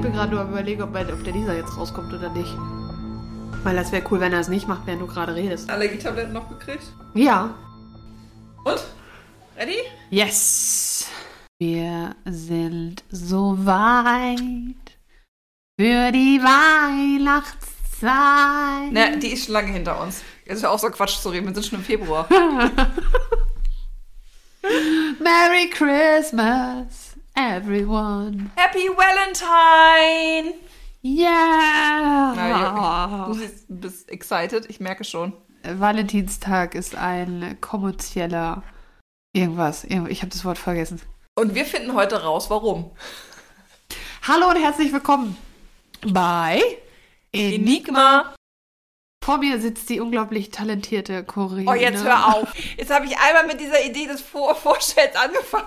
bin gerade nur am überlegen, ob, mein, ob der Lisa jetzt rauskommt oder nicht. Weil das wäre cool, wenn er es nicht macht, während du gerade redest. Allergietabletten noch gekriegt? Ja. Und? Ready? Yes! Wir sind so weit für die Weihnachtszeit. Na, die ist schon lange hinter uns. Jetzt ist ja auch so Quatsch zu reden. Wir sind schon im Februar. Merry Christmas, everyone. Happy Valentine! Na, Yeah! du siehst, du bist excited. Ich merke schon. Valentinstag ist ein kommerzieller irgendwas. Irgend- Ich habe das Wort vergessen. Und wir finden heute raus, warum. Hallo und herzlich willkommen bei Enigma. Enigma. Vor mir sitzt die unglaublich talentierte Corinna. Oh, jetzt hör auf. Jetzt habe ich einmal mit dieser Idee des Vor Vorstells angefangen.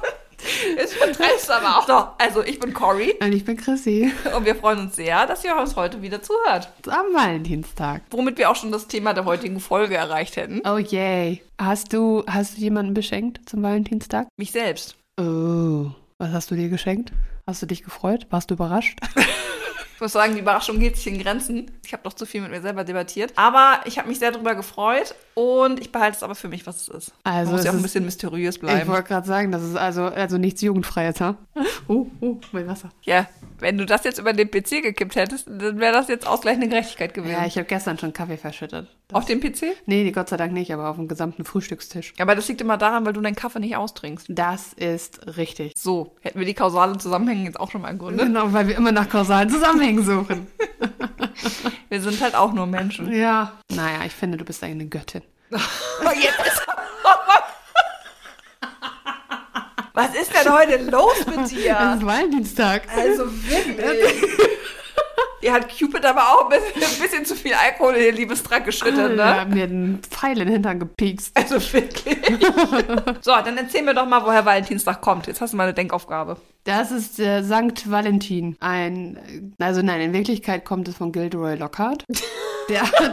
Jetzt vertreibst du aber auch. So, also ich bin Cory Und ich bin Chrissy. und wir freuen uns sehr, dass ihr uns heute wieder zuhört. Am Valentinstag. Womit wir auch schon das Thema der heutigen Folge erreicht hätten. Oh yay. Hast du, hast du jemanden beschenkt zum Valentinstag? Mich selbst. Oh. Was hast du dir geschenkt? Hast du dich gefreut? Warst du überrascht? Ich muss sagen, die Überraschung hielt sich in Grenzen. Ich habe noch zu viel mit mir selber debattiert. Aber ich habe mich sehr darüber gefreut und ich behalte es aber für mich, was es ist. Also Also muss es ja auch ein ist- bisschen mysteriös Ich bleiben. wollte gerade sagen, das ist also, also nichts Jugendfreies, ha? Oh, oh, mein Wasser. Ja, wenn du das jetzt über den PC gekippt hättest, dann wäre das jetzt ausgleichende Gerechtigkeit gewesen. Ja, ich habe gestern schon Kaffee verschüttet. Das, auf dem PC? nee, Gott sei Dank nicht, aber auf dem gesamten Frühstückstisch. Aber das liegt immer daran, weil du deinen Kaffee nicht austrinkst. Das ist richtig. So, hätten wir die kausalen Zusammenhänge jetzt auch schon mal ergründet. Genau, weil wir immer nach kausalen Zusammenhängen suchen. Mhm. Wir sind halt auch nur Menschen. ja. Naja, ich finde, du bist eine Göttin. Jetzt ist Was ist denn heute los mit Es dir? ist Valentinstag. Also wirklich. Ihr hat Cupid aber auch ein bisschen, ein bisschen zu viel Alkohol in ihr Liebestrank geschüttet, Da ne? hat mir einen Pfeil in den Hintern gepiekst. Also wirklich. So, dann erzähl mir doch mal, woher Valentinstag kommt. Jetzt hast du mal eine Denkaufgabe. Das ist äh, Sankt Valentin. Ein, äh, also nein, in Wirklichkeit kommt es von Gilderoy Lockhart. Der hat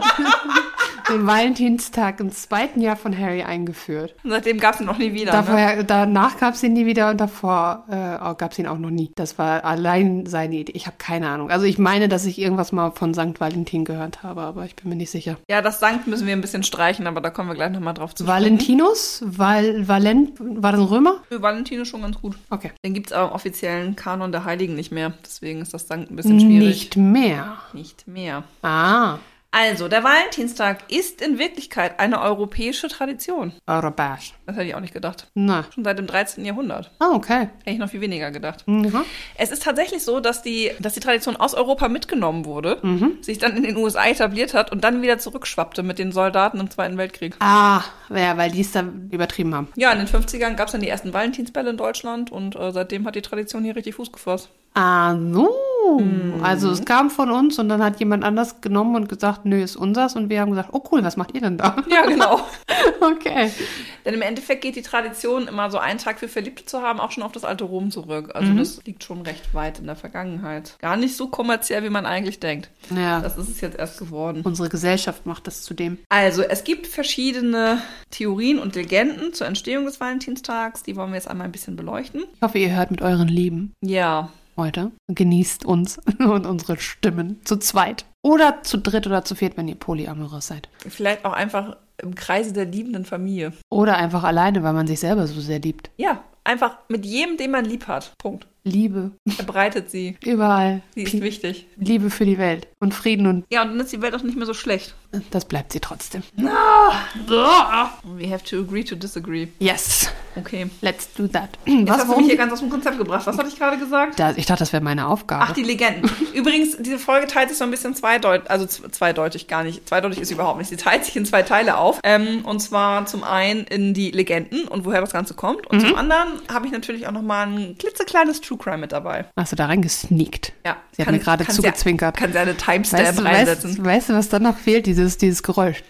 den Valentinstag im zweiten Jahr von Harry eingeführt. Und seitdem gab es ihn noch nie wieder. Davor, Ne? Danach gab es ihn nie wieder und davor äh, gab es ihn auch noch nie. Das war allein seine Idee. Ich habe keine Ahnung. Also ich meine, dass ich irgendwas mal von Sankt Valentin gehört habe, aber ich bin mir nicht sicher. Ja, das Sankt müssen wir ein bisschen streichen, aber da kommen wir gleich nochmal drauf zu. Valentinus? Val, Valent, war das ein Römer? Für Valentin ist schon ganz gut. Okay. Den gibt es aber im offiziellen Kanon der Heiligen nicht mehr. Deswegen ist das Sankt ein bisschen schwierig. Nicht mehr. Nicht mehr. Ah, Also, der Valentinstag ist in Wirklichkeit eine europäische Tradition. Europäisch. Das hätte ich auch nicht gedacht. Na, Schon seit dem 13. Jahrhundert. ah, okay. Hätte ich noch viel weniger gedacht. Mhm. Es ist tatsächlich so, dass die, dass die Tradition aus Europa mitgenommen wurde, sich dann in den USA etabliert hat und dann wieder zurückschwappte mit den Soldaten im Zweiten Weltkrieg. Ah, ja, weil die es da übertrieben haben. Ja, in den 50ern gab es dann die ersten Valentinsbälle in Deutschland und äh, seitdem hat die Tradition hier richtig Fuß gefasst. Ah, so. Mhm. Also es kam von uns und dann hat jemand anders genommen und gesagt, nö, ist unsers. Und wir haben gesagt, oh cool, was macht ihr denn da? Ja, genau. okay. Denn im Endeffekt geht die Tradition, immer so einen Tag für Verliebte zu haben, auch schon auf das alte Rom zurück. Also das liegt schon recht weit in der Vergangenheit. Gar nicht so kommerziell, wie man eigentlich denkt. Ja, Das ist es jetzt erst geworden. unsere Gesellschaft macht das zudem. Also, es gibt verschiedene Theorien und Legenden zur Entstehung des Valentinstags. Die wollen wir jetzt einmal ein bisschen beleuchten. Ich hoffe, ihr hört mit euren Lieben Ja, heute und genießt uns und unsere Stimmen zu zweit. Oder zu dritt oder zu viert, wenn ihr polyamorös seid. vielleicht auch einfach im Kreise der liebenden Familie. Oder einfach alleine, weil man sich selber so sehr liebt. Ja, einfach mit jedem, den man lieb hat. Punkt. Liebe, Verbreitet sie. überall. Sie ist Pi- wichtig. Liebe für die Welt und Frieden und äh, Ja, und dann ist die Welt auch nicht mehr so schlecht. das bleibt sie trotzdem. Ah! We have to agree to disagree. Yes, Okay. let's do that. Jetzt Was, hast du mich warum? hier ganz aus dem Konzept gebracht. Was hatte ich gerade gesagt? Da, ich dachte, das wäre meine Aufgabe. Ach, die Legenden. Übrigens, diese Folge teilt sich so ein bisschen zweideutig, also z- zweideutig gar nicht. Zweideutig ist sie überhaupt nicht. Sie teilt sich in zwei Teile auf. Ähm, und zwar zum einen in die Legenden und woher das Ganze kommt. Mhm. Und zum anderen habe ich natürlich auch nochmal ein klitzekleines True Crime mit dabei. Hast du da reingesneakt? Ja. Sie hat mir gerade kannst ja- zugezwinkert. Kannst ja eine Timestamp Weißt du, reinsetzen. weißt, weißt du, was dann noch fehlt? Dieses, dieses Geräusch.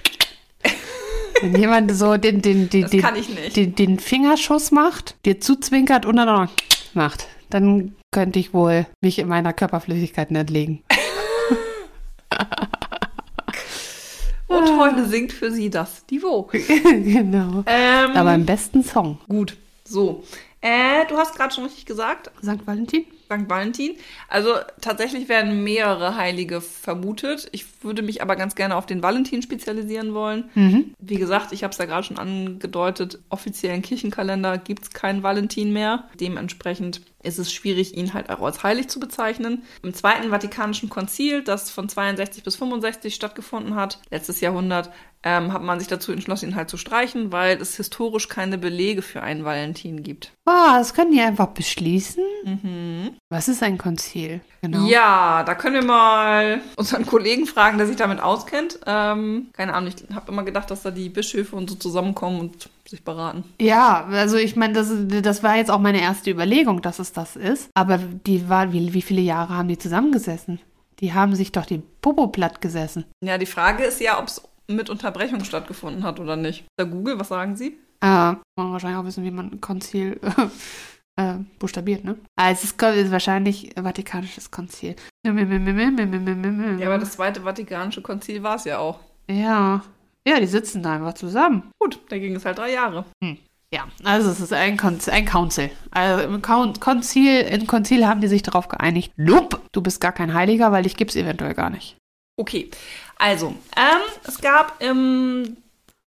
Wenn jemand so den, den, den, Das den, kann ich nicht. den, den Fingerschuss macht, dir zuzwinkert und dann auch noch macht, dann könnte ich wohl mich in meiner Körperflüssigkeit entlegen. Und heute singt für sie das Divo. genau. Ähm, Aber im besten Song. gut. So. Äh, du hast gerade schon richtig gesagt, St. Valentin? St. Valentin. Also tatsächlich werden mehrere Heilige vermutet. Ich würde mich aber ganz gerne auf den Valentin spezialisieren wollen. Wie gesagt, ich habe es da gerade schon angedeutet, offiziellen Kirchenkalender gibt es keinen Valentin mehr. Dementsprechend ist es schwierig, ihn halt auch als heilig zu bezeichnen. Im Zweiten Vatikanischen Konzil, das von 62 bis 65 stattgefunden hat, letztes Jahrhundert, ähm, hat man sich dazu entschlossen, ihn halt zu streichen, weil es historisch keine Belege für einen Valentin gibt. Ah, das können die einfach beschließen. Was ist ein Konzil? Genau. Ja, da können wir mal unseren Kollegen fragen, der sich damit auskennt. Ähm, keine Ahnung, ich habe immer gedacht, dass da die Bischöfe und so zusammenkommen und sich beraten. Ja, also ich meine, das, das war jetzt auch meine erste Überlegung, dass es das ist. Aber die war, wie, wie viele Jahre haben die zusammengesessen? Die haben sich doch die Popo platt gesessen. Ja, die Frage ist ja, ob es mit Unterbrechung stattgefunden hat oder nicht. Da Google, was sagen Sie? Äh, man wahrscheinlich auch wissen, wie man Konzil äh, buchstabiert, ne? Ah, es ist, es ist wahrscheinlich Vatikanisches Konzil. Ja, aber das Zweite Vatikanische Konzil war es ja auch. ja. Ja, die sitzen da einfach zusammen. Gut, da ging es halt drei Jahre. Ja, also es ist ein, Konz ein Council. Also im Kon Konzil, im Konzil haben die sich darauf geeinigt, nope, du bist gar kein Heiliger, weil ich gib's eventuell gar nicht. Okay, also, ähm, es gab im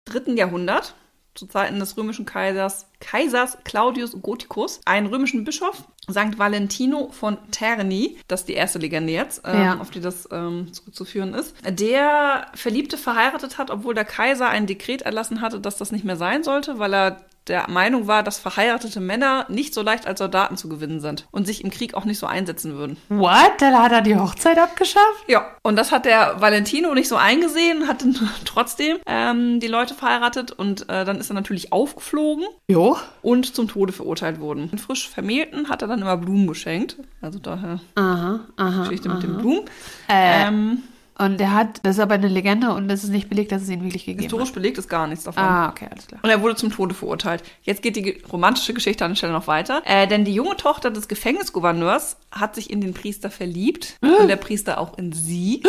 dritten Jahrhundert, zu Zeiten des römischen Kaisers, Kaisers Claudius Gothicus, einen römischen Bischof, St. Valentino von Terni, das ist die erste Legende jetzt, ähm, Ja. auf die das ähm, zurückzuführen ist, der Verliebte verheiratet hat, obwohl der Kaiser ein Dekret erlassen hatte, dass das nicht mehr sein sollte, weil er der Meinung war, dass verheiratete Männer nicht so leicht als Soldaten zu gewinnen sind und sich im Krieg auch nicht so einsetzen würden. What? Dann hat er die Hochzeit abgeschafft? Ja, und das hat der Valentino nicht so eingesehen, hat dann trotzdem ähm, die Leute verheiratet und äh, dann ist er natürlich aufgeflogen Jo. und zum Tode verurteilt worden. Den frisch Vermählten hat er dann immer Blumen geschenkt, also daher Aha, aha. Geschichte mit den Blumen. Äh, Ähm, Und er hat, das ist aber eine Legende und es ist nicht belegt, dass es ihn wirklich gegeben hat. historisch belegt ist gar nichts davon. Ah, okay, alles klar. Und er wurde zum Tode verurteilt. Jetzt geht die ge- romantische Geschichte an der Stelle noch weiter. Äh, denn die junge Tochter des Gefängnisgouverneurs hat sich in den Priester verliebt und der Priester auch in sie.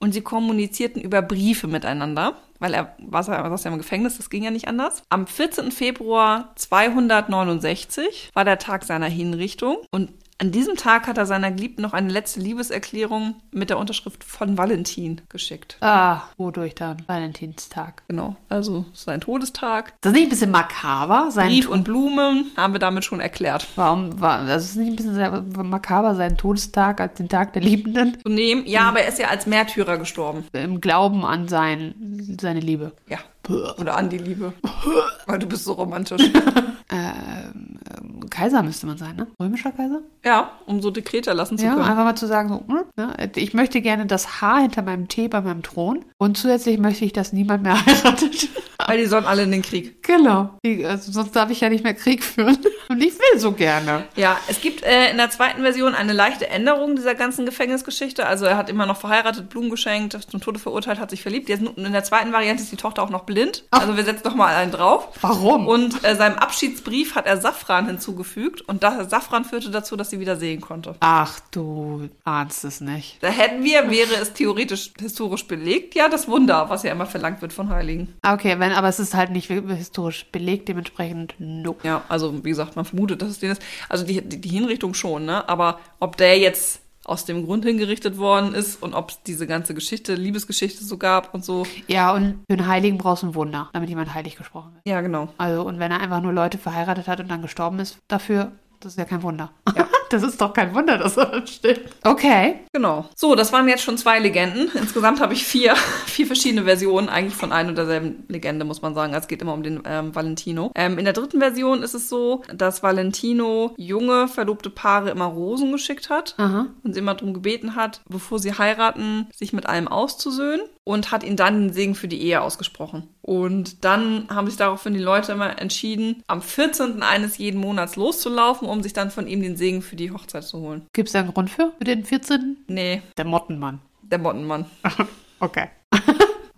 und sie kommunizierten über Briefe miteinander. Weil er war ja- saß ja im Gefängnis, das ging ja nicht anders. Am 14. Februar 269 war der Tag seiner Hinrichtung und an diesem Tag hat er seiner Geliebten noch eine letzte Liebeserklärung mit der Unterschrift von Valentin geschickt. Ah, wodurch dann? Valentinstag. Genau, also sein Todestag. Ist das nicht ein bisschen makaber? Sein Brief und Blumen haben wir damit schon erklärt. Warum war, also ist es nicht ein bisschen sehr makaber, seinen Todestag als den Tag der Liebenden? Zu nehmen, ja, aber er ist ja als Märtyrer gestorben. Im Glauben an sein, seine Liebe. Ja. Oder an die Liebe. Weil du bist so romantisch. Kaiser müsste man sein, ne? Römischer Kaiser? ja, um so Dekrete erlassen zu Ja, können. einfach mal zu sagen, so, hm, ne? ich möchte gerne das Haar hinter meinem Tee bei meinem Thron und zusätzlich möchte ich, dass niemand mehr heiratet. Weil die sollen alle in den Krieg. genau. Ich- Also, sonst darf ich ja nicht mehr Krieg führen. Und ich will so gerne. Ja, es gibt äh, in der zweiten Version eine leichte Änderung dieser ganzen Gefängnisgeschichte. Also er hat immer noch verheiratet, Blumen geschenkt, zum Tode verurteilt, hat sich verliebt. Jetzt, in der zweiten Variante ist die Tochter auch noch blind. Also wir setzen noch mal einen drauf. Warum? Und äh, seinem Abschiedsbrief hat er Safran hinzugefügt. Und das Safran führte dazu, dass sie wieder sehen konnte. Ach, du ahnst es nicht. Da hätten wir, wäre es theoretisch historisch belegt, ja, das Wunder, was ja immer verlangt wird von Heiligen. Ah, Okay, wenn, aber es ist halt nicht wirklich historisch belegt, dementsprechend nope. Ja, also wie gesagt, man vermutet, dass es den ist. Also die, die, die Hinrichtung schon, ne? Aber ob der jetzt aus dem Grund hingerichtet worden ist und ob es diese ganze Geschichte, Liebesgeschichte so gab und so. Ja, und für einen Heiligen brauchst du ein Wunder, damit jemand heilig gesprochen wird. Ja, genau. Also, und wenn er einfach nur Leute verheiratet hat und dann gestorben ist dafür, das ist ja kein Wunder. das ist doch kein Wunder, dass er dann stirbt. Okay. Genau. So, das waren jetzt schon zwei Legenden. Insgesamt habe ich vier, vier verschiedene Versionen eigentlich von einer und derselben Legende, muss man sagen. Es geht immer um den ähm, Valentino. Ähm, in der dritten Version ist es so, dass Valentino junge, verlobte Paare immer Rosen geschickt hat Aha. und sie immer darum gebeten hat, bevor sie heiraten, sich mit allem auszusöhnen und hat ihnen dann den Segen für die Ehe ausgesprochen. Und dann haben sich daraufhin die Leute immer entschieden, am 14. eines jeden Monats loszulaufen, um sich dann von ihm den Segen für die Hochzeit zu holen. Gibt es da einen Grund für? Für den 14. Nee, Der Mottenmann. der Mottenmann. Okay.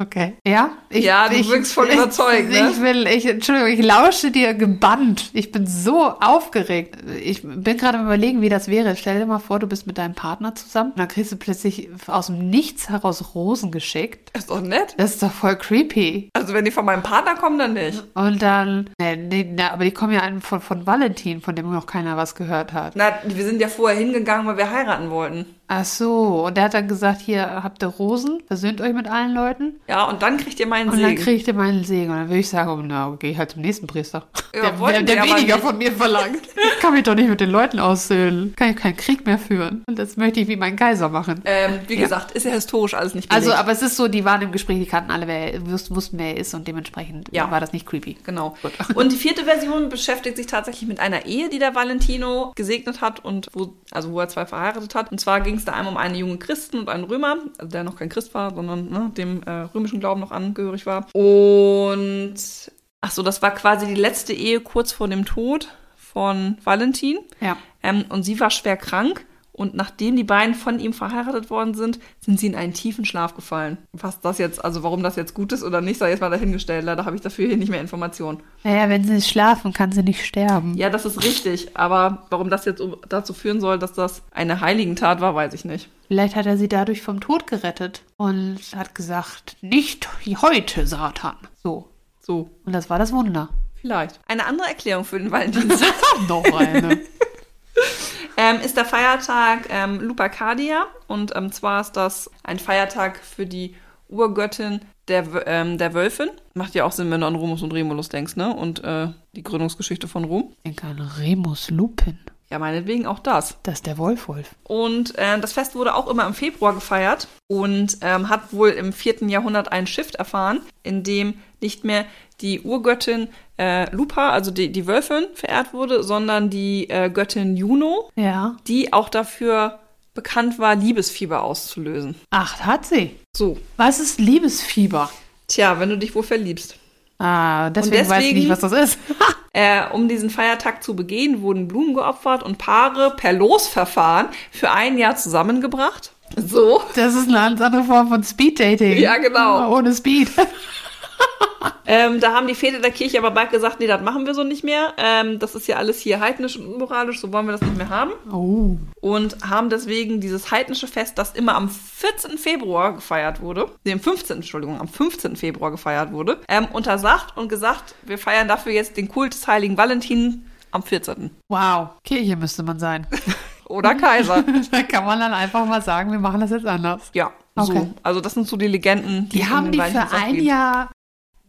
Okay. Ja? Ich, Ja, du wirkst voll überzeugt, Ich, ne? ich will, ich, Entschuldigung, ich lausche dir gebannt. Ich bin so aufgeregt. Ich bin gerade am überlegen, wie das wäre. Stell dir mal vor, du bist mit deinem Partner zusammen und dann kriegst du plötzlich aus dem Nichts heraus Rosen geschickt. Ist doch nett. Das ist doch voll creepy. Also wenn die von meinem Partner kommen, dann nicht. Und dann, nee, nee, na, aber die kommen ja einem von, von Valentin, von dem noch keiner was gehört hat. Na, wir sind ja vorher hingegangen, weil wir heiraten wollten. Ach so, und der hat dann gesagt, hier habt ihr Rosen, versöhnt euch mit allen Leuten. Ja, und dann kriegt ihr meinen Und dann Segen. kriegt ihr meinen Segen. Und dann würde ich sagen, oh, na, okay, ich halt zum nächsten Priester. Ja, der der, wollten der wir aber weniger nicht. von mir verlangt. Ich kann mich doch nicht mit den Leuten aussöhnen. Kann ich keinen Krieg mehr führen. Und das möchte ich wie mein Kaiser machen. ähm, wie gesagt, ist ja historisch alles nicht belegt. also, aber es ist so, die waren im Gespräch, die kannten alle, wer, wus- wussten, wer er ist und dementsprechend Ja. war das nicht creepy. Genau. Gut. Und die vierte Version beschäftigt sich tatsächlich mit einer Ehe, die der Valentino gesegnet hat und wo, also wo er zwei verheiratet hat. Und zwar ging es da einmal um einen jungen Christen und einen Römer, also der noch kein Christ war, sondern ne, dem äh, römischen Glauben noch angehörig war. Und ach so, das war quasi die letzte Ehe kurz vor dem Tod von Valentin. Ja. Ähm, und sie war schwer krank. Und nachdem die beiden von ihm verheiratet worden sind, sind sie in einen tiefen Schlaf gefallen. Was das jetzt, also warum das jetzt gut ist oder nicht, sei jetzt mal dahingestellt. Leider habe ich dafür hier nicht mehr Informationen. Naja, wenn sie nicht schlafen, kann sie nicht sterben. Ja, das ist richtig. Aber warum das jetzt um- dazu führen soll, dass das eine Heiligentat war, weiß ich nicht. Vielleicht hat er sie dadurch vom Tod gerettet und hat gesagt, nicht heute, Satan. So. So, Und das war das Wunder. vielleicht. Eine andere Erklärung für den Valentinstag Noch eine. ähm, ist der Feiertag ähm, Lupercalia. Und ähm, zwar ist das ein Feiertag für die Urgöttin der, W- ähm, der Wölfin. Macht ja auch Sinn, wenn du an Romus und Remulus denkst, ne? Und äh, die Gründungsgeschichte von Rom. Ich denke an Remus Lupin. Ja, meinetwegen auch das. Das ist der Wolfwolf. Und äh, das Fest wurde auch immer im Februar gefeiert und ähm, hat wohl im vierten Jahrhundert einen Shift erfahren, in dem nicht mehr die Urgöttin äh, Lupa, also die, die Wölfin, verehrt wurde, sondern die äh, Göttin Juno, Ja. die auch dafür bekannt war, Liebesfieber auszulösen. Ach, hat sie. So, Was ist Liebesfieber? tja, wenn du dich wohl verliebst. Ah, deswegen, deswegen- weiß ich nicht, was das ist. Äh, um diesen Feiertag zu begehen, wurden Blumen geopfert und Paare per Losverfahren für ein Jahr zusammengebracht. So. Das ist eine ganz andere Form von Speed-Dating. Ja, genau. Ohne Speed. Ähm, da haben die Väter der Kirche aber bald gesagt, nee, das machen wir so nicht mehr. Ähm, das ist ja alles hier heidnisch und unmoralisch, so wollen wir das nicht mehr haben. Oh. Und haben deswegen dieses heidnische Fest, das immer am 14. Februar gefeiert wurde, nee, am 15. Entschuldigung, am 15. Februar gefeiert wurde, ähm, untersagt und gesagt, wir feiern dafür jetzt den Kult des heiligen Valentin am 14. Wow. Kirche müsste man sein. Mhm. Oder Kaiser. da kann man dann einfach mal sagen, wir machen das jetzt anders. ja, Okay. so. Also das sind so die Legenden. Die es um haben den die für Valentinstag ein gibt. Jahr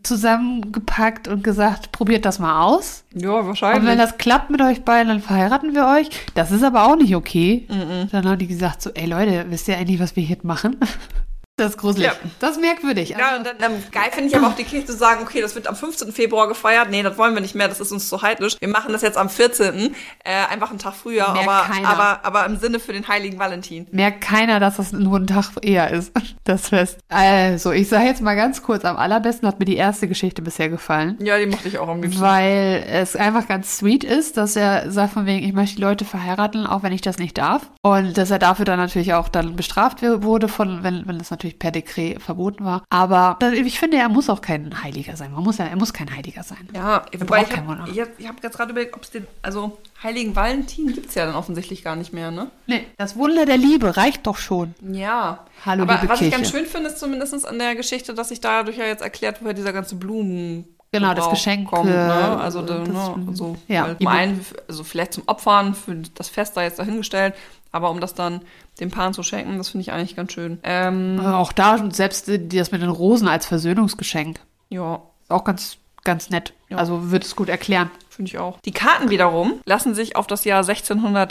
zusammengepackt und gesagt, probiert das mal aus. Ja, Und wenn wahrscheinlich. das klappt mit euch beiden, dann verheiraten wir euch. Das ist aber auch nicht okay. Mhm. Dann haben die gesagt so, ey Leute, wisst ihr eigentlich, was wir hier machen? Das ist gruselig. Ja. Das ist merkwürdig. Ja, und dann, dann geil finde ich aber auch die Kirche zu sagen, okay, das wird am 15. Februar gefeiert. Nee, das wollen wir nicht mehr, das ist uns zu heidnisch. Wir machen das jetzt am 14. Äh, einfach einen Tag früher, Merkt aber, keiner. aber, aber im Sinne für den heiligen Valentin. merkt keiner, dass das nur ein Tag eher ist, das Fest. Also, ich sage jetzt mal ganz kurz, am allerbesten hat mir die erste Geschichte bisher gefallen. Ja, die mochte ich auch am liebsten. Weil es einfach ganz sweet ist, dass er sagt von wegen, ich möchte die Leute verheiraten, auch wenn ich das nicht darf. Und dass er dafür dann natürlich auch dann bestraft wu- wurde, von, wenn, wenn das natürlich per Dekret verboten war. Aber da- ich finde, er muss auch kein Heiliger sein. Man muss ja, er muss kein Heiliger sein. Ja, wobei braucht ich keinen habe Monat. ich hab, ich hab jetzt gerade überlegt, ob es den, also heiligen Valentin gibt's ja dann offensichtlich gar nicht mehr, ne? Nee, das Wunder der Liebe reicht doch schon. ne? Ja. Hallo, aber liebe was ich Kirche. ganz schön finde, ist zumindest an der Geschichte, dass sich dadurch ja jetzt erklärt, woher dieser ganze Blumen Genau, das Geschenk, kommt, ne? äh, Also da, das- ne? so ja. weil zum einen, also vielleicht zum Opfern für das Fest da jetzt dahingestellt, aber um das dann den Paaren zu schenken, das finde ich eigentlich ganz schön. Ähm, Aber auch da, schon selbst die- das mit den Rosen als Versöhnungsgeschenk. ja, auch ganz, ganz nett. Ja. Also wird es gut erklären. finde ich auch. Die Karten wiederum lassen sich auf das Jahr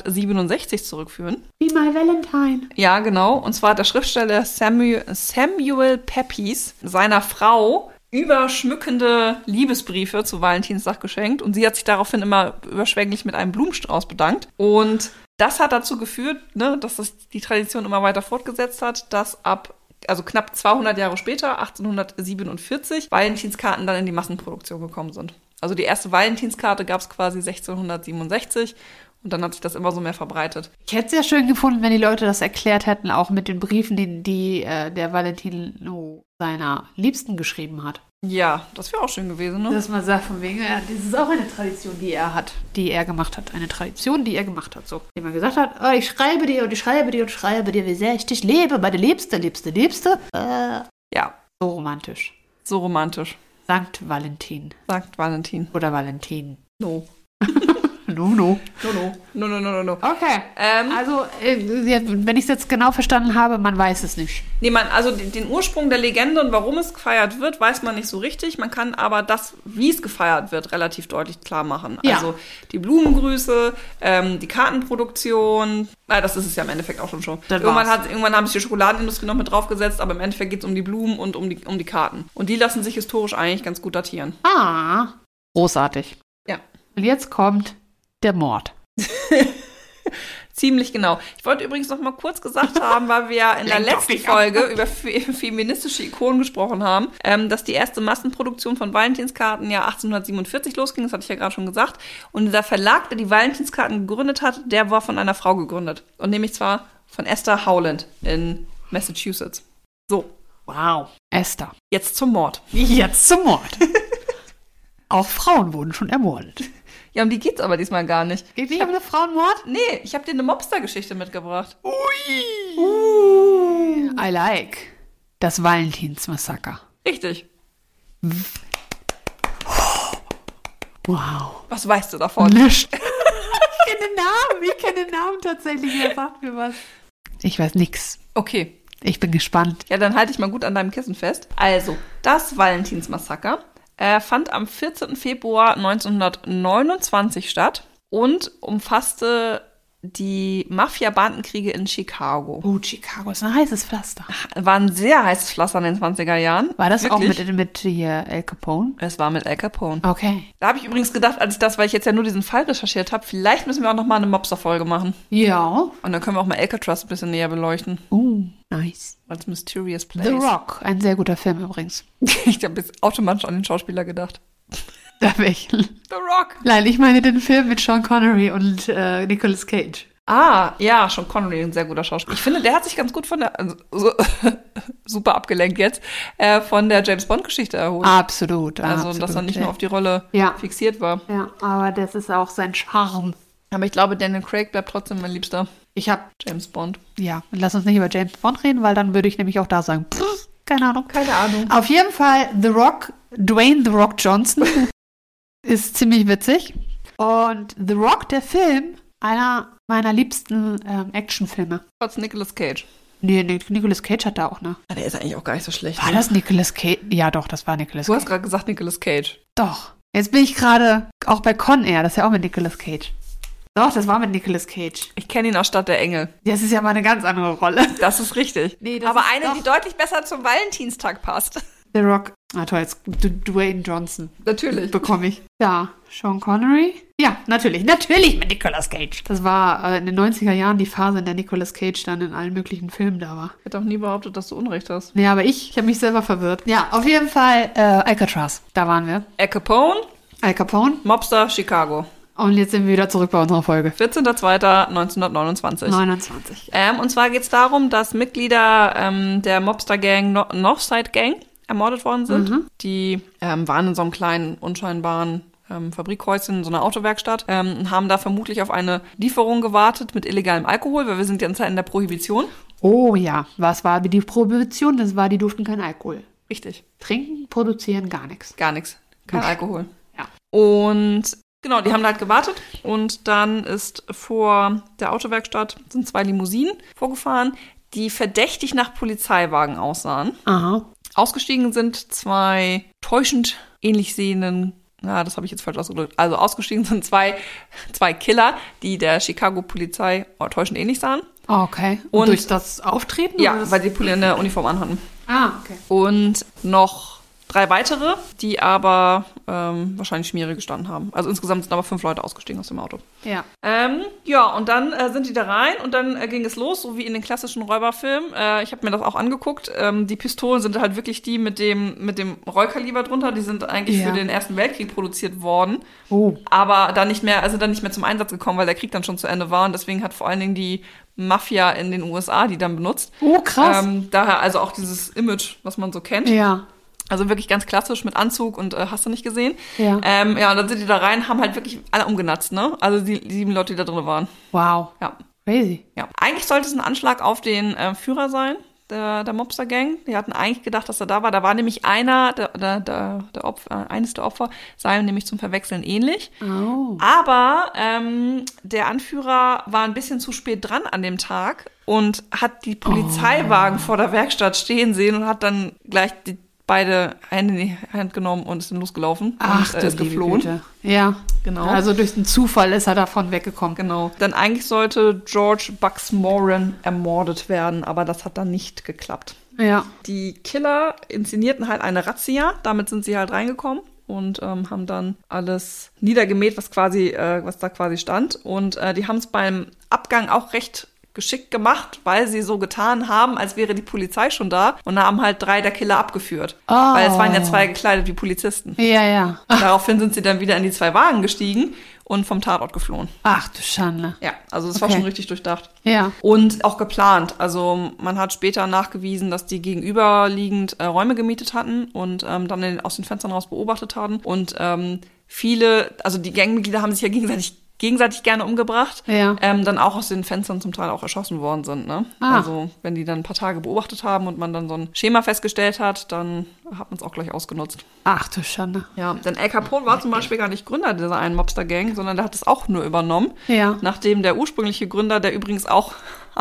1667 zurückführen. Wie My Valentine. Ja, genau. Und zwar hat der Schriftsteller Samuel, Samuel Pepys seiner Frau überschmückende Liebesbriefe zu Valentinstag geschenkt und sie hat sich daraufhin immer überschwänglich mit einem Blumenstrauß bedankt. Und das hat dazu geführt, ne, dass das die Tradition immer weiter fortgesetzt hat, dass ab also knapp 200 Jahre später, 1847, Valentinskarten dann in die Massenproduktion gekommen sind. Also die erste Valentinskarte gab es quasi 1667 Und dann hat sich das immer so mehr verbreitet. Ich hätte es ja schön gefunden, wenn die Leute das erklärt hätten, auch mit den Briefen, die, die äh, der Valentino seiner Liebsten geschrieben hat. Ja, das wäre auch schön gewesen, ne? Dass man sagt, von wegen, ja, das ist auch eine Tradition, die er hat, die er gemacht hat. Eine Tradition, die er gemacht hat, so. Dem er gesagt hat, oh, ich schreibe dir und ich schreibe dir und ich schreibe dir, wie sehr ich dich liebe, meine Liebste, Liebste, Liebste. Äh, Ja, so romantisch. so romantisch. Sankt Valentin Sagt Valentin. oder Valentin. No. No, no. No, no. No, no, no, no, no. Okay. Ähm, Also, äh, wenn ich es jetzt genau verstanden habe, man weiß es nicht. nee, man, also den den Ursprung der Legende und warum es gefeiert wird, weiß man nicht so richtig. Man kann aber das, wie es gefeiert wird, relativ deutlich klar machen. Ja. Also die Blumengrüße, ähm, die Kartenproduktion. Ah, das ist es ja im Endeffekt auch schon schon. Das Irgendwann, war's. hat, irgendwann haben sich die Schokoladenindustrie noch mit draufgesetzt, aber im Endeffekt geht es um die Blumen und um die, um die Karten. Und die lassen sich historisch eigentlich ganz gut datieren. Ah. Großartig. Ja. Und jetzt kommt der Mord. Ziemlich genau. Ich wollte übrigens noch mal kurz gesagt haben, weil wir ja in der Lenk doch letzten nicht ab. Folge über fe feministische Ikonen gesprochen haben, ähm, dass die erste Massenproduktion von Valentinskarten ja 1847 losging, das hatte ich ja gerade schon gesagt. Und der Verlag, der die Valentinskarten gegründet hat, der war von einer Frau gegründet. Und nämlich zwar von Esther Howland in Massachusetts. So, Wow. Esther. jetzt zum Mord. Jetzt zum Mord. Auch Frauen wurden schon ermordet. Ja, um die geht's aber diesmal gar nicht. Geht nicht um den Frauenmord? Nee, ich habe dir eine Mobster-Geschichte mitgebracht. Ui. I like. Das Valentinsmassaker. Richtig. Wow. Was weißt du davon? Nicht. ich kenne den Namen. Ich kenne den Namen tatsächlich. Wer sagt mir was? Ich weiß nix. Okay. Ich bin gespannt. Ja, dann halte ich mal gut an deinem Kissen fest. Also, das Valentinsmassaker äh, fand am 14. Februar 1929 statt und umfasste die Mafia-Bandenkriege in Chicago. Oh, Chicago ist ein heißes Pflaster. War ein sehr heißes Pflaster in den 20er Jahren. War das Wirklich. auch mit, mit hier El Capone? Es war mit Al Capone. Okay. Da habe ich übrigens gedacht, als ich das, weil ich jetzt ja nur diesen Fall recherchiert habe, vielleicht müssen wir auch noch mal eine Mobster-Folge machen. Ja. Und dann können wir auch mal Alcatraz ein bisschen näher beleuchten. Uh, nice. Als Mysterious Place. The Rock, ein sehr guter Film übrigens. Ich habe jetzt automatisch an den Schauspieler gedacht. Da bin ich. The Rock! Nein, ich meine den Film mit Sean Connery und äh, Nicolas Cage. Ah, ja, Sean Connery, ein sehr guter Schauspieler. Ich finde, der hat sich ganz gut von der, also, so, super abgelenkt jetzt, äh, von der James Bond-Geschichte erholt. Absolut. also, absolut, dass er nicht ja. nur auf die Rolle Ja. fixiert war. Ja, aber das ist auch sein Charme. Aber ich glaube, Daniel Craig bleibt trotzdem mein liebster Ich habe James Bond. ja, lass uns nicht über James Bond reden, weil dann würde ich nämlich auch da sagen, pff, keine Ahnung. Keine Ahnung. Auf jeden Fall The Rock, Dwayne The Rock Johnson ist ziemlich witzig und The Rock der Film einer meiner liebsten ähm, Actionfilme. Trotz Nicolas Cage. Nee, Nic- Nicolas Cage hat da auch ne. Ah, der ist eigentlich auch gar nicht so schlecht. ne? War das Nicolas Cage? Ja, doch, das war Nicolas Du Cage. hast gerade gesagt Nicolas Cage. Doch. Jetzt bin ich gerade auch bei Con Air, das ist ja auch mit Nicolas Cage. Doch, das war mit Nicolas Cage. Ich kenne ihn aus Stadt der Engel. Das ist ja mal eine ganz andere Rolle. Das ist richtig. Nee, das Aber ist eine, doch- die deutlich besser zum Valentinstag passt. The Rock. Ah toll, jetzt D Dwayne Johnson Natürlich. bekomme ich. Ja, Sean Connery. Ja, natürlich, natürlich mit Nicolas Cage. Das war äh, in den 90er Jahren die Phase, in der Nicolas Cage dann in allen möglichen Filmen da war. Ich hätte auch nie behauptet, dass du Unrecht hast. Nee, aber ich, ich habe mich selber verwirrt. Ja, auf jeden Fall äh, Alcatraz. Da waren wir. Al Capone, Al Capone. Mobster, Chicago. Und jetzt sind wir wieder zurück bei unserer Folge. 14.02.1929. 29. Ähm, und zwar geht es darum, dass Mitglieder ähm, der Mobster-Gang no Northside Gang ermordet worden sind. Die ähm, waren in so einem kleinen, unscheinbaren ähm, Fabrikhäuschen, in so einer Autowerkstatt, ähm, und haben da vermutlich auf eine Lieferung gewartet mit illegalem Alkohol, weil wir sind ja in Zeiten der Prohibition. Oh ja, was war die Prohibition? Das war, die durften keinen Alkohol Richtig, trinken, produzieren, gar nichts. gar nichts. Kein Alkohol. Ja. Und genau, die haben da halt gewartet und dann ist vor der Autowerkstatt sind zwei Limousinen vorgefahren, die verdächtig nach Polizeiwagen aussahen. Aha. Ausgestiegen sind zwei täuschend ähnlich sehenden, na, das habe ich jetzt falsch ausgedrückt. Also ausgestiegen sind zwei, zwei Killer, die der Chicago-Polizei oh, täuschend ähnlich sahen. Okay. Und, Und- durch das Auftreten? oder Ja, das- weil die Pulli in der Uniform anhatten. ah, okay. Und noch drei weitere, die aber ähm, wahrscheinlich Schmiere gestanden haben. Also insgesamt sind aber fünf Leute ausgestiegen aus dem Auto. Ja. Ähm, ja, und dann äh, sind die da rein und dann äh, ging es los, so wie in den klassischen Räuberfilmen. Äh, ich habe mir das auch angeguckt. Ähm, die Pistolen sind halt wirklich die mit dem, mit dem Rollkaliber drunter. Die sind eigentlich Ja. für den Ersten Weltkrieg produziert worden, Oh. aber dann nicht mehr, also dann nicht mehr zum Einsatz gekommen, weil der Krieg dann schon zu Ende war. Und deswegen hat vor allen Dingen die Mafia in den USA die dann benutzt. Oh, krass. Ähm, daher also auch dieses Image, was man so kennt. ja. Also wirklich ganz klassisch mit Anzug und äh, hast du nicht gesehen. Ja. Ähm, ja, und dann sind die da rein, haben halt wirklich alle umgenatzt, ne? Also die, die sieben Leute, die da drin waren. Wow. Ja. Crazy. Ja, eigentlich sollte es ein Anschlag auf den äh, Führer sein, der, der Mobster Gang. Die hatten eigentlich gedacht, dass er da war. Da war nämlich einer, der, der, der, der Opfer, äh, eines der Opfer, sei ihm nämlich zum Verwechseln ähnlich. Oh. Aber ähm, der Anführer war ein bisschen zu spät dran an dem Tag und hat die Polizeiwagen Oh. vor der Werkstatt stehen sehen und hat dann gleich die beide Hände in die Hand genommen und ist dann losgelaufen Ach, und äh, du ist liebe geflohen. Güte. Ja. Genau. Also durch den Zufall ist er davon weggekommen. Genau. Dann eigentlich sollte George Buxmoren ermordet werden, aber das hat dann nicht geklappt. Ja. Die Killer inszenierten halt eine Razzia, damit sind sie halt reingekommen und ähm, haben dann alles niedergemäht, was quasi, äh, was da quasi stand. Und äh, die haben es beim Abgang auch recht geschickt gemacht, weil sie so getan haben, als wäre die Polizei schon da und haben halt drei der Killer abgeführt. Oh. Weil es waren ja zwei gekleidet wie Polizisten. Ja, ja. Daraufhin sind sie dann wieder in die zwei Wagen gestiegen und vom Tatort geflohen. Ach du Schande. Ja, also es war Okay. schon richtig durchdacht. Ja. Und auch geplant. Also man hat später nachgewiesen, dass die gegenüberliegend äh, Räume gemietet hatten und ähm, dann in, aus den Fenstern raus beobachtet hatten. Und ähm, viele, also die Gangmitglieder haben sich ja gegenseitig gegenseitig gerne umgebracht, Ja. ähm, dann auch aus den Fenstern zum Teil auch erschossen worden sind. Ne? Ah. Also wenn die dann ein paar Tage beobachtet haben und man dann so ein Schema festgestellt hat, dann hat man es auch gleich ausgenutzt. Ach du Schande. Ja, denn Al Capone war zum Beispiel gar nicht Gründer dieser einen Mobster-Gang, sondern der hat es auch nur übernommen. Ja. Nachdem der ursprüngliche Gründer, der übrigens auch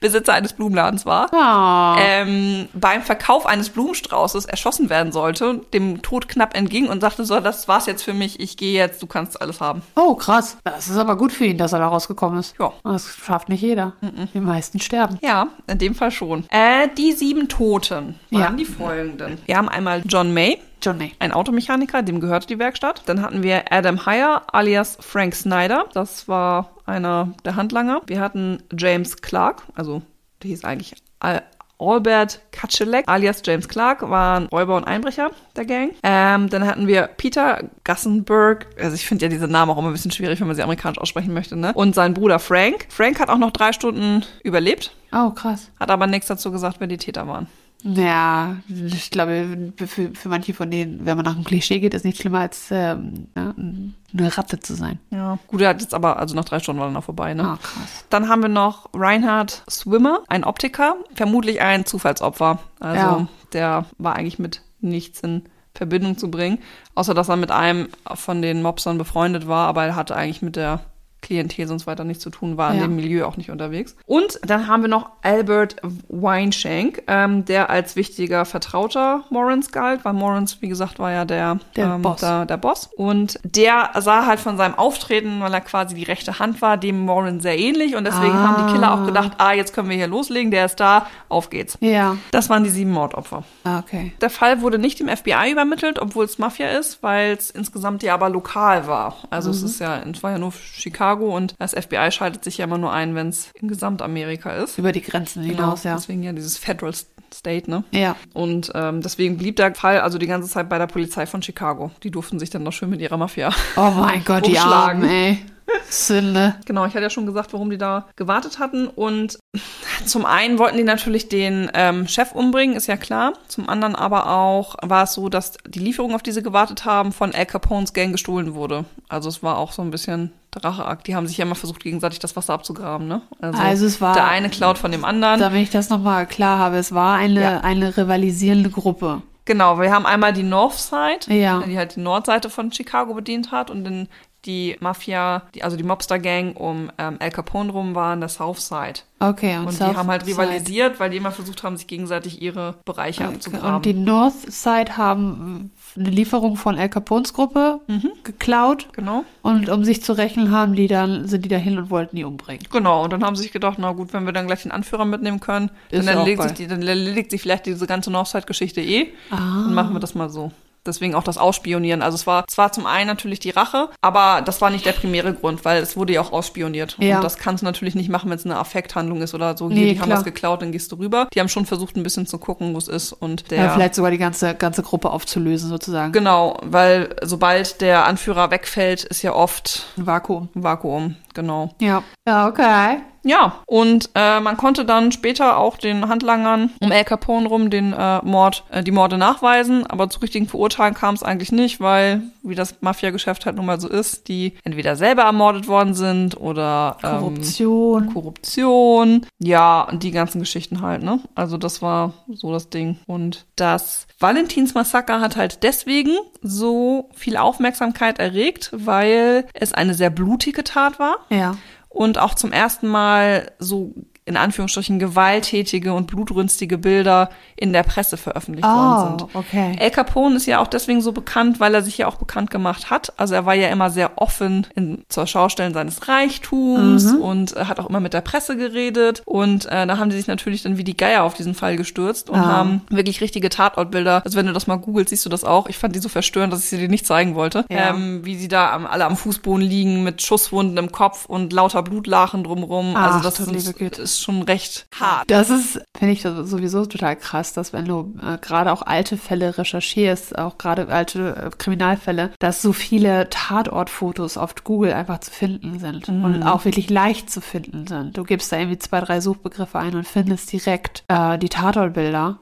Besitzer eines Blumenladens war, Ah. ähm, beim Verkauf eines Blumenstraußes erschossen werden sollte, dem Tod knapp entging und sagte so, das war's jetzt für mich, ich gehe jetzt, du kannst alles haben. Oh, krass. Das ist aber gut für ihn, dass er da rausgekommen ist. Ja. Das schafft nicht jeder. Die meisten sterben. Ja, in dem Fall schon. Äh, die sieben Toten waren Ja. die folgenden. Wir haben einmal John May, Johnny. ein Automechaniker, dem gehörte die Werkstatt. Dann hatten wir Adam Heyer alias Frank Snyder, das war einer der Handlanger. Wir hatten James Clark, also der hieß eigentlich Al Albert Kaczelek alias James Clark, waren Räuber und Einbrecher der Gang. Ähm, dann hatten wir Peter Gassenberg, also ich finde ja diesen Namen auch immer ein bisschen schwierig, wenn man sie amerikanisch aussprechen möchte, ne? Und sein Bruder Frank. Frank hat auch noch drei Stunden überlebt, Oh, krass. hat aber nichts dazu gesagt, wer die Täter waren. Ja, ich glaube, für, für manche von denen, wenn man nach einem Klischee geht, ist nichts schlimmer als ähm, ja, eine Ratte zu sein. Ja. Gut, er hat jetzt aber, also nach drei Stunden war dann auch vorbei, ne? Ah, krass. Dann haben wir noch Reinhard Swimmer, ein Optiker, vermutlich ein Zufallsopfer. Also Ja. der war eigentlich mit nichts in Verbindung zu bringen, außer dass er mit einem von den Mobstern befreundet war, aber er hatte eigentlich mit der Klientel sonst weiter nichts zu tun, war in Ja. dem Milieu auch nicht unterwegs. Und dann haben wir noch Albert Weinschenk, ähm, der als wichtiger Vertrauter Morans galt, weil Morans, wie gesagt, war ja der, Der ähm, Boss. Der, der Boss. Und der sah halt von seinem Auftreten, weil er quasi die rechte Hand war, dem Warren sehr ähnlich. Und deswegen Ah. haben die Killer auch gedacht, ah, jetzt können wir hier loslegen, der ist da, auf geht's. Ja. Das waren die sieben Mordopfer. Ah, Okay. Der Fall wurde nicht dem FBI übermittelt, obwohl es Mafia ist, weil es insgesamt ja aber lokal war. Also Mhm. es ist ja, es war ja nur Chicago und das FBI schaltet sich ja immer nur ein, wenn es in Gesamtamerika ist. Über die Grenzen hinaus, ja. Deswegen ja dieses Federal State, ne? Genau. Ja. Und ähm, deswegen blieb der Fall also die ganze Zeit bei der Polizei von Chicago. Die durften sich dann noch schön mit ihrer Mafia. Oh mein Gott, die Umschlagen. Armen, ey. Sünde. genau, ich hatte ja schon gesagt, warum die da gewartet hatten. Und zum einen wollten die natürlich den ähm, Chef umbringen, ist ja klar. Zum anderen aber auch war es so, dass die Lieferung, auf die sie gewartet haben, von Al Capones Gang gestohlen wurde. Also es war auch so ein bisschen der Racheakt. Die haben sich ja immer versucht, gegenseitig das Wasser abzugraben, ne? Also es war- Der eine klaut von dem anderen. Damit ich das nochmal klar habe, es war eine, Ja. eine rivalisierende Gruppe. Genau, wir haben einmal die Northside, Ja. die halt die Nordseite von Chicago bedient hat und dann die Mafia, die, also die Mobster-Gang um ähm, Al Capone rum waren, der Southside. Okay, und, Und die South haben halt Side. rivalisiert, weil die immer versucht haben, sich gegenseitig ihre Bereiche Äh, Und die abzugraben. North Side haben eine Lieferung von El Capones Gruppe geklaut. Genau. Und um sich zu rächen, haben die dann, sind die dahin und wollten die umbringen. Genau, und dann haben sie sich gedacht, na gut, wenn wir dann gleich den Anführer mitnehmen können, Ist dann ja auch erledigt, geil. sich die, dann erledigt sich vielleicht diese ganze Northside-Geschichte eh. Ah. Dann machen wir das mal so. Deswegen auch das Ausspionieren. Also es war zwar zum einen natürlich die Rache, aber das war nicht der primäre Grund, weil es wurde ja auch ausspioniert. Ja. Und das kannst du natürlich nicht machen, wenn es eine Affekthandlung ist oder so. Hier, Nee, die haben klar. was geklaut, dann gehst du rüber. Die haben schon versucht, ein bisschen zu gucken, wo es ist. Und der Ja. vielleicht sogar die ganze, ganze Gruppe aufzulösen, sozusagen. Genau, weil sobald der Anführer wegfällt, ist ja oft Ein Vakuum. ein Vakuum, genau. Ja. Ja, okay. Ja, und äh, man konnte dann später auch den Handlangern um El Capone rum den äh, Mord, äh, die Morde nachweisen, aber zu richtigen Verurteilen kam es eigentlich nicht, weil, wie das Mafia-Geschäft halt nun mal so ist, die entweder selber ermordet worden sind oder ähm, Korruption. Korruption, ja, und die ganzen Geschichten halt, ne? Also das war so das Ding. Und das Valentinsmassaker hat halt deswegen so viel Aufmerksamkeit erregt, weil es eine sehr blutige Tat war ja. und auch zum ersten Mal so in Anführungsstrichen gewalttätige und blutrünstige Bilder in der Presse veröffentlicht worden Oh, sind. okay. El Capone ist ja auch deswegen so bekannt, weil er sich ja auch bekannt gemacht hat. Also er war ja immer sehr offen in, zur Schaustellen seines Reichtums Mhm. und äh, hat auch immer mit der Presse geredet. Und äh, da haben die sich natürlich dann wie die Geier auf diesen Fall gestürzt und Ah. haben wirklich richtige Tatortbilder. Also wenn du das mal googelst, siehst du das auch. Ich fand die so verstörend, dass ich sie dir nicht zeigen wollte. Ja. Ähm, wie sie da am, alle am Fußboden liegen mit Schusswunden im Kopf und lauter Blutlachen drumrum. Ach, also das du liebe sind, Güte. ist schon recht hart. Das ist, finde ich das sowieso total krass, dass wenn du äh, gerade auch alte Fälle recherchierst, auch gerade alte äh, Kriminalfälle, dass so viele Tatortfotos auf Google einfach zu finden sind und auch wirklich leicht zu finden sind. Du gibst da irgendwie zwei, drei Suchbegriffe ein und findest direkt äh, die Tatortbilder.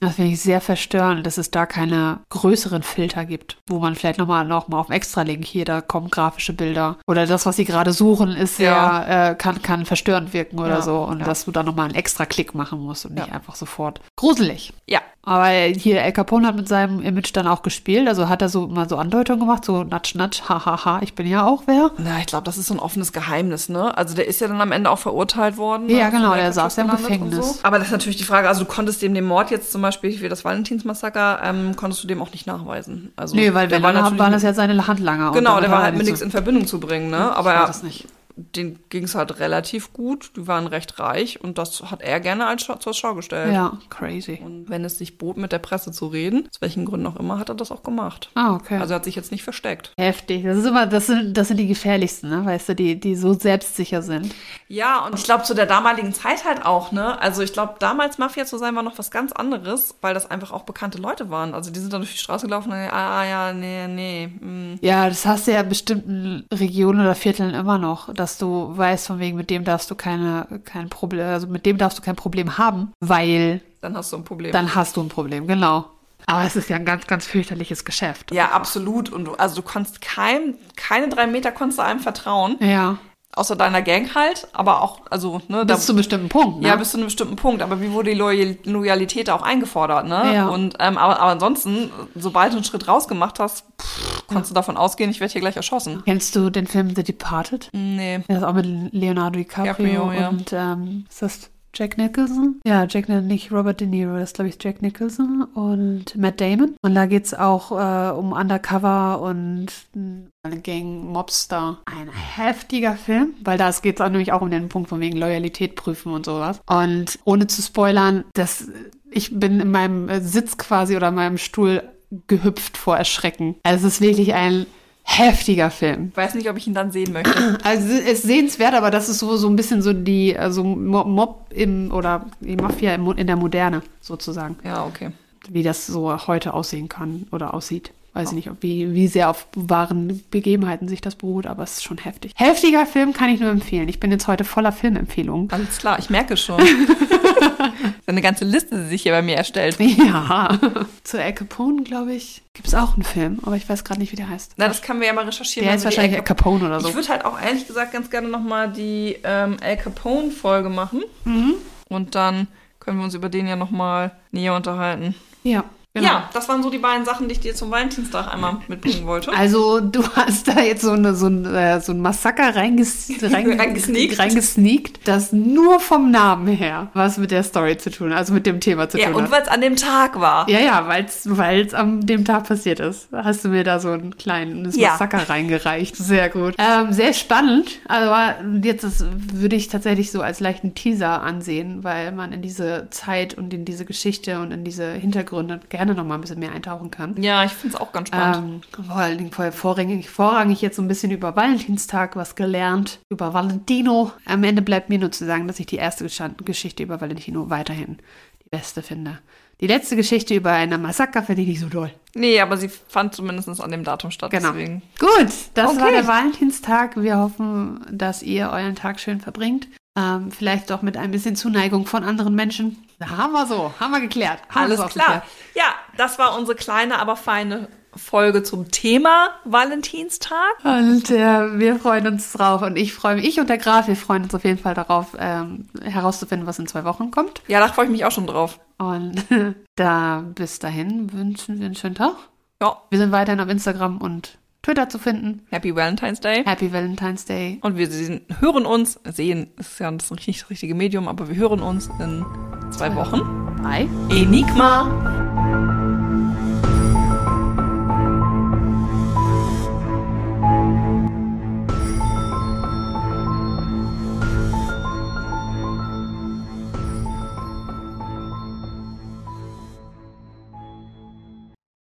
Das finde ich sehr verstörend, dass es da keine größeren Filter gibt, wo man vielleicht nochmal noch mal auf einen Extra-Link hier, da kommen grafische Bilder. Oder das, was sie gerade suchen, ist sehr, äh, kann, kann verstörend wirken oder Ja, so. Und ja. dass du da nochmal einen extra Klick machen musst und nicht Ja. einfach sofort. Gruselig. Ja, Aber hier El Capone hat mit seinem Image dann auch gespielt. Also hat er so mal so Andeutungen gemacht, so natsch, natsch, hahaha, ich bin ja auch wer. Na, ich glaube, das ist so ein offenes Geheimnis, ne? Also der ist ja dann am Ende auch verurteilt worden. Ja, ne? genau, Für der Weltwirtschaft saß ja im gelandet und Gefängnis. Aber das ist natürlich die Frage, also du konntest dem den Mord jetzt zum Beispiel für das Valentinsmassaker, ähm, konntest du dem auch nicht nachweisen. Also, Nee, weil der wenn dann haben, natürlich waren mit- das ja seine Handlanger. und Genau, damit der hat war er halt mit nichts nichts in Verbindung zu bringen, ne? Aber also Hm, Ich weiß er, das nicht. den ging es halt relativ gut, die waren recht reich und das hat er gerne als Schau, zur Schau zu- gestellt. Ja, crazy. Und wenn es sich bot, mit der Presse zu reden, aus welchen Gründen auch immer, hat er das auch gemacht. Ah, okay. Also er hat sich jetzt nicht versteckt. Heftig. Das ist immer, das sind, das sind die gefährlichsten, ne? Weißt du, die, die so selbstsicher sind. Ja, und ich glaube, zu der damaligen Zeit halt auch, ne? Also ich glaube, damals Mafia zu sein war noch was ganz anderes, weil das einfach auch bekannte Leute waren. Also die sind dann durch die Straße gelaufen und ah, ah, ja, nee, nee. mm. Ja, das hast du ja in bestimmten Regionen oder Vierteln immer noch, dass du weißt, von wegen, mit dem darfst du keine, kein Problem, also mit dem darfst du kein Problem haben, weil Dann hast du ein Problem. dann hast du ein Problem, genau. Aber es ist ja ein ganz, ganz fürchterliches Geschäft. ja, absolut. Und du, also du konntest keinem, keine drei Meter konntest du einem vertrauen, Ja. außer deiner Gang halt, aber auch, also, ne, da- Bis zu einem bestimmten Punkt, ne? Ja, bis zu einem bestimmten Punkt. Aber wie wurde die Loyal Loyalität auch eingefordert, ne? Ja. Und ähm, aber, aber ansonsten, sobald du einen Schritt rausgemacht hast, pff, konntest du davon ausgehen, ich werde hier gleich erschossen. Kennst du den Film The Departed? Nee. Das ist auch mit Leonardo DiCaprio DiCaprio, ja. und ähm, ist das Jack Nicholson? Ja, Jack Nicholson, nicht Robert De Niro, das ist glaube ich Jack Nicholson und Matt Damon. Und da geht es auch äh, um Undercover und mh, eine Gang Mobster. Ein heftiger Film, weil da geht es auch nämlich auch um den Punkt von wegen Loyalität prüfen und sowas. Und ohne zu spoilern, das, ich bin in meinem äh, Sitz quasi oder in meinem Stuhl gehüpft vor Erschrecken. Also es ist wirklich ein heftiger Film. Ich weiß nicht, ob ich ihn dann sehen möchte. Also es ist sehenswert, aber das ist so, so ein bisschen so die also Mo- Mob im oder die Mafia im, Mo- in der Moderne sozusagen, Ja, okay. wie das so heute aussehen kann oder aussieht. Weiß ich nicht, ob wie, wie sehr auf wahren Begebenheiten sich das beruht, aber es ist schon heftig. Heftiger Film kann ich nur empfehlen. Ich bin jetzt heute voller Filmempfehlungen. Alles klar, ich merke schon. Eine ganze Liste, die sich hier bei mir erstellt. Ja. Zu El Capone, glaube ich, gibt es auch einen Film, aber ich weiß gerade nicht, wie der heißt. Na, das können wir ja mal recherchieren. Der heißt wenn wir die wahrscheinlich El Al Capone oder so. Ich würde halt auch ehrlich gesagt ganz gerne nochmal die ähm, Al Capone-Folge Mhm. machen. Und dann können wir uns über den ja nochmal näher unterhalten. Ja. Genau. Ja, das waren so die beiden Sachen, die ich dir zum Valentinstag einmal mitbringen wollte. Also du hast da jetzt so, eine, so, ein, äh, so ein Massaker reinges rein- Reingesneakt. reingesneakt, das nur vom Namen her was mit der Story zu tun, also mit dem Thema zu Ja, tun und hat. weil es an dem Tag war. Ja, ja, weil es am dem Tag passiert ist. Hast du mir da so ein kleines Ja. Massaker reingereicht. Sehr gut. Ähm, sehr spannend. Aber jetzt ist, würde ich tatsächlich so als leichten Teaser ansehen, weil man in diese Zeit und in diese Geschichte und in diese Hintergründe gerne nochmal ein bisschen mehr eintauchen kann. Ja, ich finde es auch ganz spannend. Ähm, vor allen Dingen vor- vorrangig, vorrangig jetzt so ein bisschen über Valentinstag was gelernt, über Valentino. Am Ende bleibt mir nur zu sagen, dass ich die erste Gesch- Geschichte über Valentino weiterhin die beste finde. Die letzte Geschichte über eine Massaker finde ich nicht so doll. Nee, aber sie fand zumindest an dem Datum statt. Genau. Deswegen. Gut, das war Okay. der Valentinstag. Wir hoffen, dass ihr euren Tag schön verbringt. Ähm, vielleicht doch mit ein bisschen Zuneigung von anderen Menschen. Da haben wir so, haben wir geklärt. Haben Alles wir's klar. aufgeklärt. Ja, das war unsere kleine, aber feine Folge zum Thema Valentinstag. Und äh, wir freuen uns drauf und ich freue mich, ich und der Graf, wir freuen uns auf jeden Fall darauf, ähm, herauszufinden, was in zwei Wochen kommt. Ja, da freue ich mich auch schon drauf. Und da bis dahin wünschen wir einen schönen Tag. Ja, Wir sind weiterhin auf Instagram und Twitter zu finden. Happy Valentine's Day. Happy Valentine's Day. Und wir sehen, hören uns, sehen ist ja das nicht das richtige Medium, aber wir hören uns in zwei Wochen. Bye. Enigma!